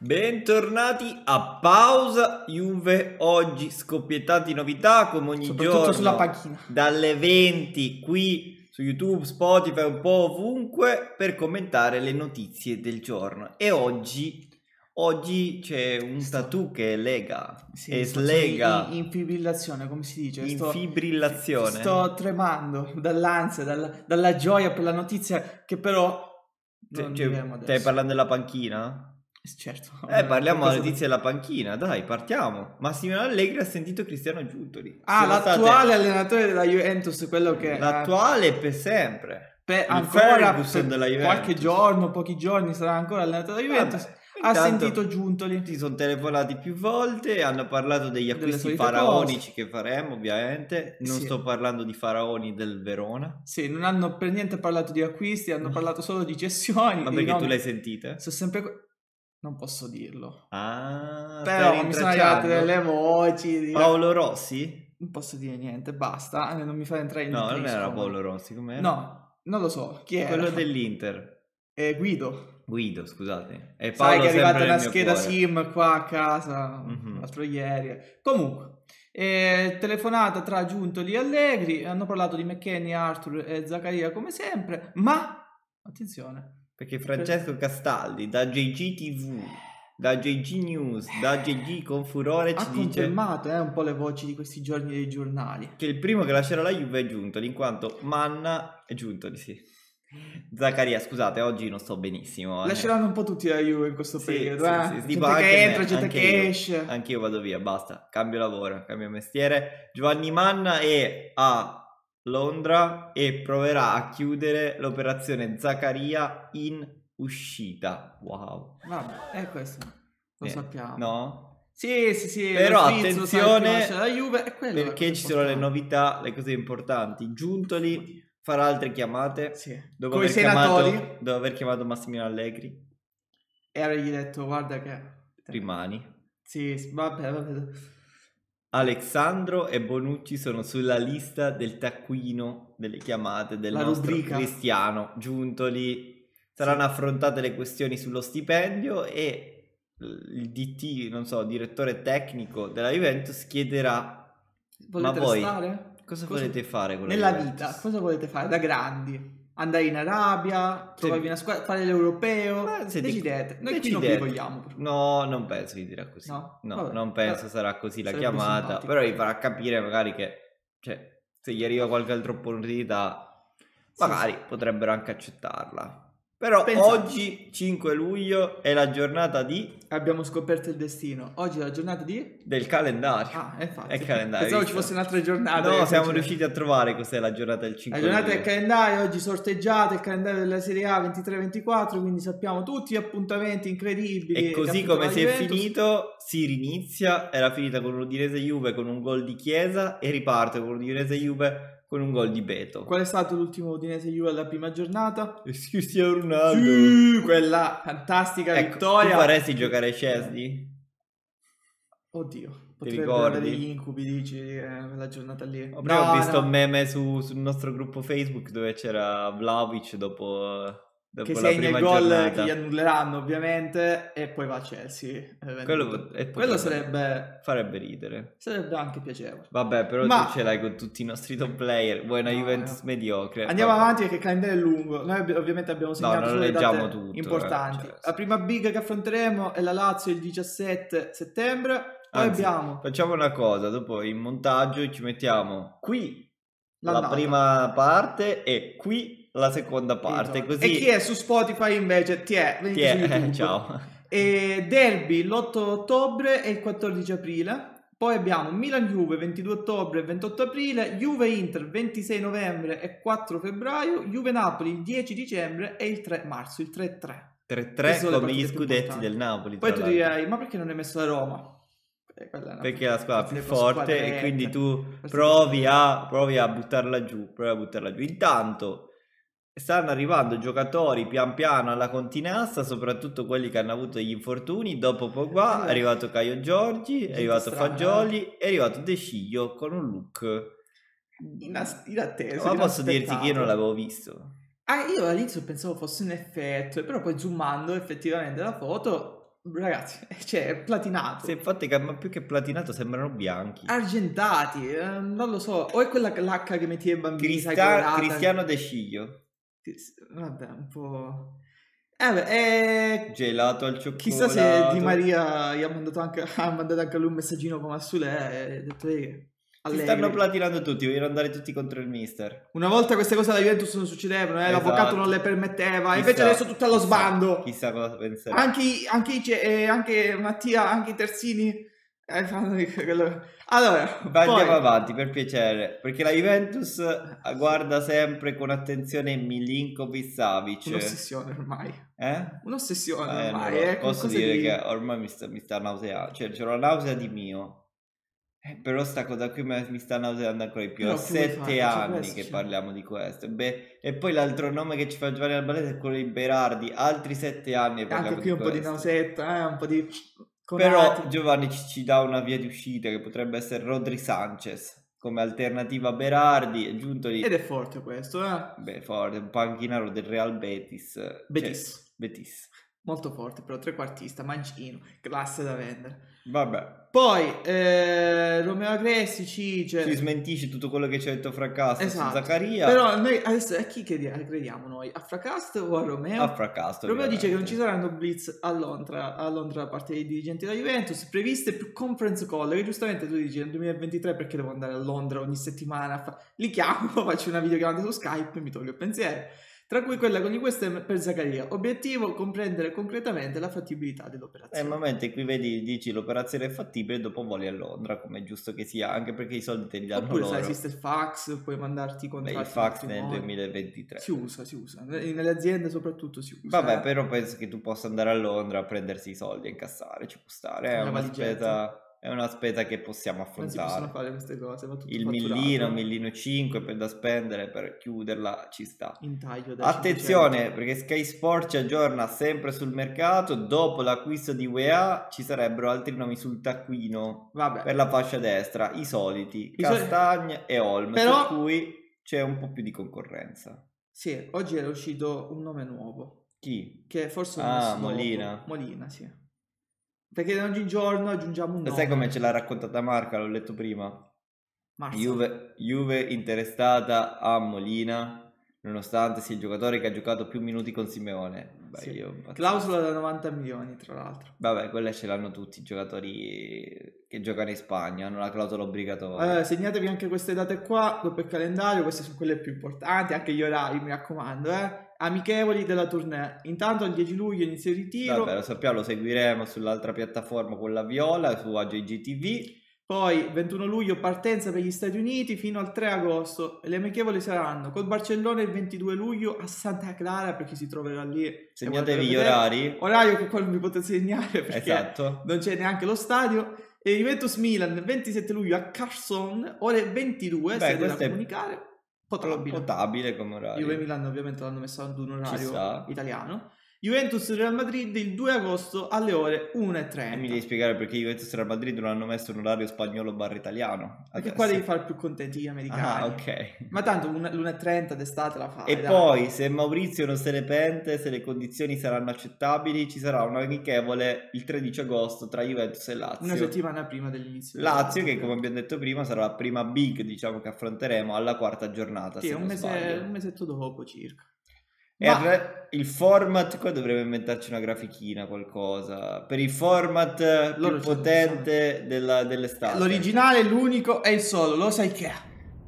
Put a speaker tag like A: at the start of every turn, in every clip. A: Bentornati a pausa Juve oggi scoppiettati novità come ogni
B: Soprattutto
A: giorno
B: sulla panchina.
A: dalle 20 qui su YouTube, Spotify, un po' ovunque per commentare le notizie del giorno. E oggi oggi c'è un tattoo che lega
B: Sì,
A: e
B: sto- sono
A: slega
B: In, in fibrillazione, come si dice?
A: in
B: Sto-
A: fibrillazione.
B: Sto tremando dall'ansia, dalla, dalla gioia per la notizia che però...
A: Cioè,
B: Non
A: cioè,
B: diremo adesso.
A: stai parlando della panchina?
B: Certo.
A: Eh, parliamo
B: Cosa-
A: della notizia della panchina, dai, partiamo. Massimiliano Allegri ha sentito Cristiano Giuntoli.
B: Ah,
A: Sono state-
B: l'attuale allenatore della Juventus, quello che... eh,
A: L'attuale per sempre.
B: per-
A: il
B: ancora
A: Ferguson
B: per
A: della Juventus.
B: qualche giorno, pochi giorni sarà ancora allenatore della Juventus.
A: Vabbè,
B: ha
A: intanto
B: sentito Giuntoli.
A: Ti sono telefonati più volte, hanno parlato degli
B: Delle
A: acquisti
B: solite
A: faraonici che faremo, ovviamente. Non
B: Sì.
A: sto parlando di faraoni del Verona.
B: Sì, non hanno per niente parlato di acquisti, hanno parlato solo di cessioni.
A: Ma
B: di
A: perché tu
B: nomi.
A: l'hai eh? sentita?
B: Sono sempre... que- Non posso dirlo.
A: Ah,
B: Però
A: stai
B: mi sono
A: rintracciando?
B: arrivate delle voci. di-
A: Paolo Rossi?
B: Non posso dire niente, basta. eh, Non mi fa entrare in
A: No, non era
B: intriso.
A: Paolo Rossi, com'era?
B: No, non lo so. Chi era?
A: Quello dell'Inter.
B: Eh, Guido.
A: Guido, scusate. E
B: Sai
A: Paolo
B: che è arrivata
A: sempre
B: una
A: nel mio
B: scheda
A: cuore.
B: SIM qua a casa
A: Mhm.
B: l'altro ieri. Comunque, eh, telefonata tra Giuntoli e Allegri. Hanno parlato di McKenny, Arthur e Zaccaria come sempre. Ma, attenzione,
A: Perché Francesco Castaldi da JG TV, da JG News, da JG con furore
B: ha
A: ci dice
B: Ah, confermato eh, un po' le voci di questi giorni dei giornali.
A: che il primo che lascerà la Juve è Giuntoli, in quanto Manna è Giuntoli, sì. Zaccaria, scusate, oggi non sto benissimo. eh.
B: Lasceranno un po' tutti la Juve in questo
A: Sì,
B: periodo.
A: sì,
B: eh.
A: sì, sì,
B: Gente
A: tipo anche
B: che entra,
A: me,
B: gente
A: anche
B: che
A: io.
B: esce.
A: Anche io vado via, basta, cambio lavoro, cambio mestiere. Giovanni Manna è a Londra e proverà a chiudere l'operazione Zaccaria in uscita. Wow.
B: Vabbè, è questo. Lo
A: Eh,
B: sappiamo.
A: No?
B: Sì, sì, sì.
A: Però
B: lo Fizzo,
A: attenzione,
B: sai, prima c'è la Juve, è quello
A: perché
B: che
A: ci sono le
B: porta.
A: novità, le cose importanti. Giuntoli farà altre chiamate
B: Sì.
A: dopo,
B: Con i
A: aver
B: senatori.
A: chiamato, dopo aver chiamato Massimiliano Allegri.
B: E avrei gli detto, guarda che...
A: Rimani.
B: Sì, sì, vabbè, vabbè.
A: Alexandro e Bonucci sono sulla lista del taccuino delle chiamate del
B: La
A: nostro
B: rubrica.
A: Cristiano Giuntoli. Saranno affrontate le questioni sullo stipendio e il DT, non so, direttore tecnico della Juventus chiederà
B: Volete
A: Ma voi
B: restare?
A: cosa, volete fare con la
B: Nella
A: Juventus?
B: vita, cosa volete fare da grandi? Andare in Arabia, trovarvi una squadra, fare l'europeo,
A: Ma se ti-
B: decidete. Noi qui non vi
A: decidete.
B: vogliamo. però.
A: No, non penso che dirà così.
B: No?
A: No,
B: Vabbè.
A: non penso
B: Vabbè.
A: sarà così la
B: Sarebbe
A: chiamata.
B: simpatico.
A: Però gli farà capire magari che cioè, se gli arriva qualche altra opportunità, magari potrebbero anche accettarla. Però
B: Pensate.
A: oggi, 5 luglio, è la giornata di-
B: Abbiamo scoperto il destino. Oggi è la giornata di...
A: del calendario.
B: Ah, eh, infatti.
A: È calendario,
B: Pensavo ci
A: visto?
B: fosse un'altra giornata. eh, cioè.
A: no,
B: che
A: siamo
B: faceva.
A: riusciti a trovare cos'è la giornata del 5
B: La giornata
A: luglio.
B: del calendario, oggi sorteggiate il calendario della Serie A 23-24, quindi sappiamo tutti gli appuntamenti incredibili.
A: E così
B: Capitolo
A: come si è
B: Juventus.
A: finito, si rinizia. Era finita con l'Udinese Juve con un gol di Chiesa e riparte con l'Udinese Juve con un gol di Beto.
B: Qual è stato l'ultimo Udinese Juve alla prima giornata?
A: Cristiano Ronaldo.
B: Sì, quella fantastica
A: Ecco,
B: vittoria.
A: Tu vorresti giocare a Chesney?
B: Oddio, potrebbe
A: ricordi?
B: avere degli incubi, dici, eh, quella giornata lì.
A: Ho prima
B: No,
A: ho visto
B: no,
A: un meme su- sul nostro gruppo Facebook dove c'era Vlaovic dopo, dopo
B: che
A: la
B: segna
A: prima
B: il gol
A: giornata.
B: che gli annulleranno ovviamente e poi va a Chelsea. eh,
A: Quello,
B: venduto.
A: e potrebbe-
B: Quello sarebbe,
A: Farebbe ridere.
B: sarebbe anche piacevole.
A: Vabbè, però
B: Ma-
A: tu ce l'hai con tutti i nostri top player. Vuoi una
B: No,
A: Juventus
B: no.
A: mediocre?
B: Andiamo
A: Vabbè.
B: avanti perché il calendario è lungo. Noi abbi- ovviamente abbiamo segnato
A: non
B: solo le
A: leggiamo
B: date
A: tutto,
B: importanti.
A: eh, cioè,
B: La prima big che affronteremo è la Lazio il 17 settembre. Poi
A: Anzi,
B: abbiamo
A: Facciamo una cosa, dopo in montaggio ci mettiamo qui la
B: l'andata.
A: prima parte e qui la seconda parte.
B: Capito?
A: Così
B: E chi è su Spotify invece? Ti è, venite
A: Ti è- Eh,
B: su YouTube.
A: ciao.
B: E derby l'8 ottobre e il 14 aprile. Poi abbiamo Milan-Juve 22 ottobre e 28 aprile, Juve-Inter 26 novembre e 4 febbraio, Juve-Napoli il 10 dicembre e il 3 marzo, il 3-3.
A: 3-3
B: sono le
A: come gli
B: partite più
A: scudetti
B: importanti.
A: del Napoli.
B: Poi
A: tra
B: tu
A: l'altro.
B: direi, ma perché non hai messo la Roma? Eh, quella è una-
A: Perché è la squadra più
B: questa è una
A: forte
B: squadra
A: e quindi
B: vecchia.
A: tu
B: Questa è una
A: provi
B: squadra
A: a, provi a buttarla giù, provi a buttarla giù. Intanto stanno arrivando giocatori pian piano alla continassa, soprattutto quelli che hanno avuto gli infortuni. Dopo Pogba è
B: Eh.
A: arrivato Caio Giorgi, è
B: Gente
A: arrivato
B: strana, eh.
A: Fagioli, è arrivato De Sciglio con un look.
B: inas- inatteso,
A: Ma posso dirti
B: inaspettato.
A: che io non l'avevo visto.
B: Ah, io all'inizio pensavo fosse un effetto, però poi zoomando effettivamente la foto, ragazzi, cioè è platinato.
A: Se infatti che- ma più che platinato sembrano bianchi.
B: Ah, Argentati, eh, non lo so, o è quella l'H che metti ai bambini, sai,
A: Crista-
B: colorata.
A: Cristiano De Sciglio,
B: Vabbè, un po'... Eh beh, eh,
A: gelato al cioccolato.
B: chissà se Di Maria gli ha mandato anche, ha mandato anche a lui un messaggino come a Sule, eh, ha detto eh,
A: Si
B: Allegri.
A: stanno platinando tutti, vogliono andare tutti contro il mister.
B: Una volta queste cose alla Juventus non succedevano, eh, l'avvocato
A: Esatto.
B: non le permetteva,
A: Chissà-
B: Ah, invece adesso tutto allo
A: chissà-
B: sbando.
A: Chissà cosa penserà.
B: Anche, i- anche, i ce- eh, anche Mattia, anche i Terzini. eh, fanno di quello- Allora,
A: Vai,
B: poi-
A: Andiamo avanti per piacere, perché la Juventus ah, guarda sempre con attenzione Milinkovic Savic.
B: Un'ossessione ormai.
A: Eh?
B: Un'ossessione
A: Eh,
B: ormai.
A: non lo-
B: eh,
A: posso
B: qualcosa
A: dire
B: di-
A: che ormai mi sta, mi sta nauseando, cioè c'è una nausea di mio. Eh, però sta cosa qui me- mi sta nauseando ancora di più.
B: Però
A: Ho
B: che vuoi fare?
A: sette
B: C'è
A: anni
B: questo,
A: che
B: cioè.
A: parliamo di questo. Beh, e poi l'altro nome che ci fa Giovanni Albanese è quello di Berardi. Altri sette anni e
B: Anche
A: parliamo
B: qui un po' di
A: questo.
B: nausetta, eh, un po' di...
A: Però
B: conati.
A: Giovanni ci, ci dà una via di uscita che potrebbe essere Rodri Sanchez come alternativa a Berardi, è giunto lì.
B: Ed è forte questo, eh.
A: Beh, forte, un panchinaro del Real Betis. Cioè,
B: Betis.
A: Betis.
B: Molto forte, però trequartista, mancino, classe da vendere.
A: Vabbè,
B: Poi, eh, Romeo Agresti, Cice...
A: si smentisce Cioè, tutto quello che ci ha detto Fracasso
B: Esatto.
A: su Zaccaria.
B: Però noi adesso a chi credi- crediamo noi? A Fracast o a Romeo?
A: a Fracasso.
B: Romeo
A: ovviamente.
B: dice che non ci saranno blitz a Londra, a Londra da parte dei dirigenti della Juventus, previste più conference call, che giustamente tu dici nel 2023 perché devo andare a Londra ogni settimana, a fa- li chiamo, faccio una videochiamata su Skype e mi tolgo il pensiero. Tra cui quella con i questem per Zaccaria. Obiettivo, comprendere concretamente la fattibilità
A: È il
B: dell'operazione.
A: momento in cui vedi, dici l'operazione è fattibile e dopo voli a Londra, come è giusto che sia, anche perché i soldi te li danno
B: Oppure, sai,
A: loro.
B: esiste il fax, puoi mandarti i
A: Beh,
B: contratti.
A: il fax
B: in
A: nel
B: altri modi.
A: 2023.
B: Si usa, si usa. Nelle aziende soprattutto si usa.
A: Vabbè,
B: eh.
A: però penso che tu possa andare a Londra a prendersi i soldi e incassare, ci può stare. È
B: Una
A: una,
B: valigetta.
A: spesa, è una spesa che possiamo
B: Non si possono
A: affrontare.
B: fare queste cose, va tutto
A: Il
B: fatturato.
A: millino, millino 5 per da spendere, per chiuderla, ci sta.
B: in taglio da
A: Attenzione
B: 500.
A: perché Sky Sport ci aggiorna sempre sul mercato. Dopo l'acquisto di UEA ci sarebbero altri nomi sul taccuino
B: Vabbè.
A: per la fascia destra, i soliti
B: I soli-
A: Castagne e Holm,
B: Però-
A: su cui c'è un po' più di concorrenza.
B: Sì, oggi era uscito un nome nuovo,
A: Chi?
B: che forse
A: Ah,
B: non messo dopo.
A: Molina.
B: Molina, sì. Perché ogni giorno aggiungiamo un
A: Lo
B: nome.
A: sai come ce l'ha raccontata Marca? L'ho letto prima.
B: Ah, Marzo.
A: Juve, Juve interessata a Molina, nonostante sia il giocatore che ha giocato più minuti con Simeone. Beh,
B: Sì.
A: io pazzesco.
B: Clausola da 90 milioni, tra l'altro.
A: Vabbè, quella ce l'hanno tutti i giocatori che giocano in Spagna, hanno la clausola obbligatoria.
B: Eh, segnatevi anche queste date qua, dopo il calendario, queste sono quelle più importanti, anche gli orari, mi raccomando, eh. Amichevoli della tournée. Intanto il 10 luglio inizia il ritiro,
A: Vabbè, lo sappiamo, lo seguiremo sull'altra piattaforma con la Viola, su AGGTV.
B: poi 21 luglio partenza per gli Stati Uniti fino al 3 agosto. Le amichevoli saranno col Barcellona il 22 luglio a Santa Clara per chi si troverà lì. e vorrebbe
A: Segnatevi gli
B: vedere.
A: orari.
B: orario che poi non vi potete segnare perché
A: Esatto.
B: non c'è neanche lo stadio. E Juventus Milan 27 luglio a Carson, ore 22,
A: Beh,
B: se da
A: questo è Ah,
B: comunicare. Potabile.
A: Potabile come
B: Juve
A: orario.
B: Milan ovviamente l'hanno messo ad un
A: sta.
B: orario italiano. Juventus Real Madrid il 2 agosto alle
A: E
B: ore
A: Eh, mi devi
B: 1.30.
A: spiegare perché Juventus e Real Madrid non hanno messo un orario spagnolo barra italiano.
B: Perché
A: Adesso.
B: qua devi far più contenti gli americani.
A: Ah, ok.
B: Ma tanto un- l'1.30 d'estate la fai.
A: E
B: dai.
A: poi, se Maurizio non se ne pente, se le condizioni saranno accettabili, ci sarà un amichevole il 13 agosto tra Juventus e
B: Una
A: Lazio.
B: settimana prima dell'inizio.
A: Lazio,
B: Eh,
A: che come abbiamo detto prima, sarà la prima big, diciamo, che affronteremo alla quarta giornata.
B: Sì,
A: se
B: un,
A: non
B: mese-
A: sbaglio.
B: un mesetto dopo circa.
A: E
B: Ma-
A: re- il format, qua dovremmo inventarci una grafichina, qualcosa. Per il format eh, più
B: Loro ce ne
A: potente della- dell'estate.
B: L'originale, l'unico e il solo, lo sai che è.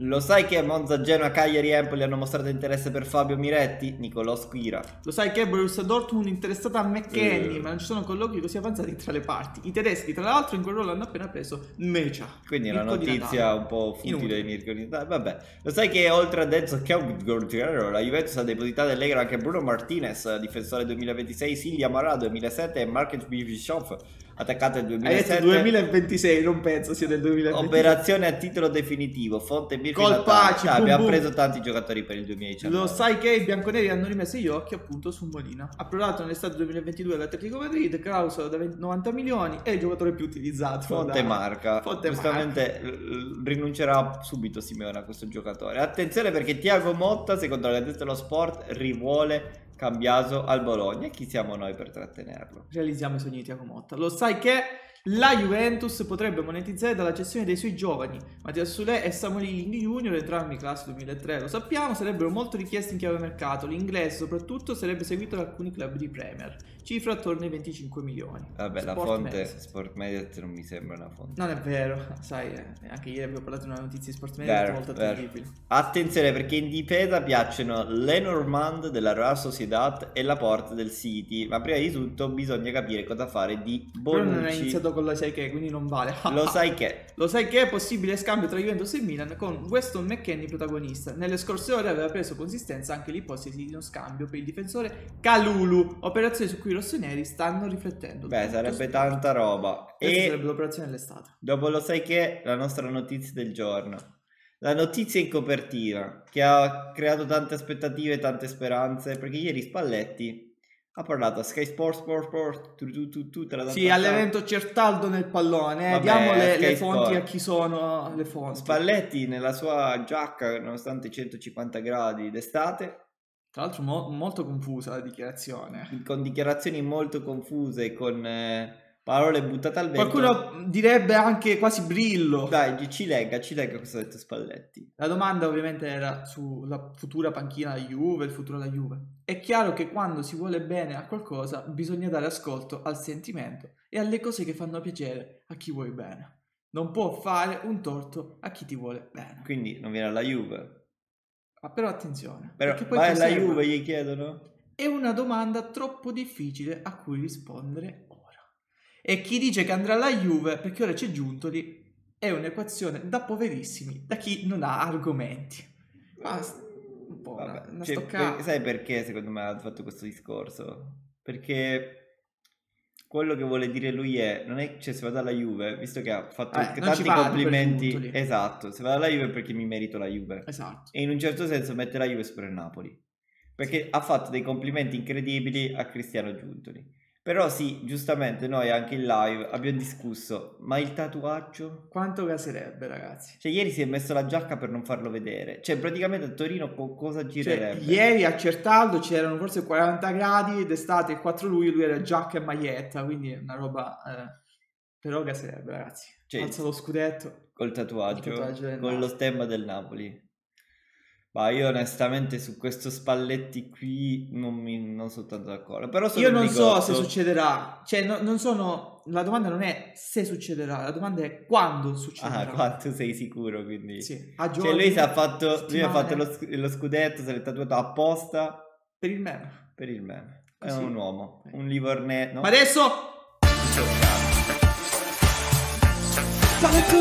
A: Lo sai che Monza, Genoa, Cagliari e Empoli hanno mostrato interesse per Fabio Miretti? Nicolò Squira.
B: Lo sai che Borussia Dortmund è interessata a McKenny,
A: Eh.
B: ma non ci sono colloqui così avanzati tra le parti. I tedeschi, tra l'altro, in quel ruolo hanno appena preso Mecha.
A: Quindi è una
B: Mirko di
A: notizia
B: Natale.
A: un po' futile
B: Inutile.
A: di Mirko di Natale. Vabbè, lo sai che oltre a Denzel Caudgorgiero, la Juventus ha depositato all'Egro anche Bruno Martinez, difensore 2026, Silvia Marà 2007 e Market Bishop, attaccante
B: Hai detto
A: 2007.
B: 2026, non penso sia del 2026.
A: Operazione a titolo definitivo, fonte Mirko
B: Col
A: Natale.
B: Paci,
A: Dai,
B: boom,
A: abbiamo
B: boom.
A: preso tanti giocatori per il 2019.
B: Lo sai che i bianconeri hanno rimesso gli occhi appunto su Molina. Approvato nell'estate 2022 all'Atletico Madrid, clausola da 20 90 milioni e il giocatore più utilizzato.
A: Fonte
B: da-
A: Marca,
B: Fonte Marca.
A: giustamente l- l- rinuncerà subito Simeone a questo giocatore. Attenzione perché Tiago Motta, secondo la testa dello sport, rivuole Cambiaso al Bologna. E chi siamo noi per trattenerlo?
B: Realizziamo i sogni di Tiago Motta. Lo sai che la Juventus potrebbe monetizzare dalla cessione dei suoi giovani. Mattia Sule e Samuel Ling Junior, entrambi classe 2003, lo sappiamo, sarebbero molto richiesti in chiave mercato. L'inglese soprattutto sarebbe seguito da alcuni club di Premier. Cifra attorno ai 25 milioni.
A: Vabbè, la
B: Sport
A: fonte
B: Mess.
A: Sport Mediat non mi sembra una fonte.
B: Non è vero, sai, eh, anche ieri abbiamo parlato di una notizia di sport
A: Vero,
B: media molto
A: vero.
B: terribile.
A: Attenzione perché in difesa piacciono Lenormand della Real Sociedad e Laporte del City, ma prima di tutto bisogna capire cosa fare di
B: Però non è
A: Bonucci.
B: iniziato con la sai che, quindi non vale.
A: Lo sai che
B: Lo sai che è possibile scambio tra Juventus e Milan con Weston McKennie protagonista. Nelle scorse ore aveva preso consistenza anche l'ipotesi di uno scambio per il difensore Calulu, operazione su cui i rossoneri stanno riflettendo.
A: Beh,
B: Tutto
A: sarebbe
B: sto-
A: tanta roba.
B: Questa
A: E
B: sarebbe l'operazione dell'estate.
A: dopo lo sai che è la nostra notizia del giorno. La notizia in copertina che ha creato tante aspettative e tante speranze perché ieri Spalletti ha parlato a Sky Sports Sport Sport tu, tu, tu, tu, tra- tra-
B: Sì,
A: tra-
B: all'evento Certaldo nel pallone. eh.
A: Vabbè,
B: Diamo le, le
A: Sky
B: fonti
A: Sport.
B: a chi sono le fonti.
A: Spalletti nella sua giacca nonostante i 150 gradi d'estate
B: Tra l'altro mo- molto confusa la dichiarazione.
A: con dichiarazioni molto confuse con eh, parole buttate al vento.
B: Qualcuno direbbe anche quasi brillo.
A: Dai, ci legga, ci legga cosa ha detto Spalletti.
B: La domanda ovviamente era sulla futura panchina della Juve, il futuro della Juve. È chiaro che quando si vuole bene a qualcosa bisogna dare ascolto al sentimento e alle cose che fanno piacere a chi vuoi bene. Non può fare un torto a chi ti vuole bene.
A: Quindi non viene alla Juve.
B: Ma però attenzione,
A: Però
B: perché poi
A: vai alla
B: conserva-
A: Juve gli chiedono.
B: È una domanda troppo difficile a cui rispondere ora. E chi dice che andrà alla Juve perché ora c'è Giuntoli è un'equazione da poverissimi, da chi non ha argomenti. Ma s- un po' una,
A: Vabbè,
B: una
A: cioè,
B: stoccata.
A: per- sai perché secondo me ha fatto questo discorso? Perché quello che vuole dire lui è, non è, cioè se vado alla Juve, visto che ha fatto
B: Eh,
A: anche
B: non ci
A: tanti
B: vado per
A: complimenti,
B: Giuntoli.
A: esatto, se vado alla Juve è perché mi merito la Juve.
B: Esatto.
A: E in un certo senso mette la Juve sopra il Napoli. Perché ha fatto dei complimenti incredibili a Cristiano Giuntoli. Però sì, giustamente noi anche in live abbiamo discusso, ma il tatuaggio?
B: Quanto caserebbe, ragazzi?
A: Cioè, ieri si è messo la giacca per non farlo vedere. Cioè, praticamente a Torino co- cosa
B: Cioè,
A: girerebbe?
B: ieri a Certaldo c'erano forse 40 gradi d'estate, il 4 luglio lui era giacca e maglietta, quindi è una roba... eh, però caserebbe, ragazzi.
A: Cioè,
B: Alza lo scudetto.
A: Col tatuaggio,
B: Col tatuaggio del
A: con lo
B: Napoli.
A: stemma del Napoli. Ma io onestamente su questo Spalletti qui non, mi, non sono tanto d'accordo. Però sono
B: Io non so
A: bigotto.
B: se succederà, cioè no- non sono, la domanda non è se succederà, la domanda è quando succederà.
A: Ah, quanto sei sicuro, quindi.
B: Sì, a
A: Cioè,
B: giorni,
A: lui, si è fatto, lui ha
B: settimane,
A: fatto lo, sc- lo scudetto, se l'è tatuato apposta
B: Per il meme.
A: per il meme. È
B: Così.
A: un uomo, un livornè. no?
B: Ma adesso... Spalletto,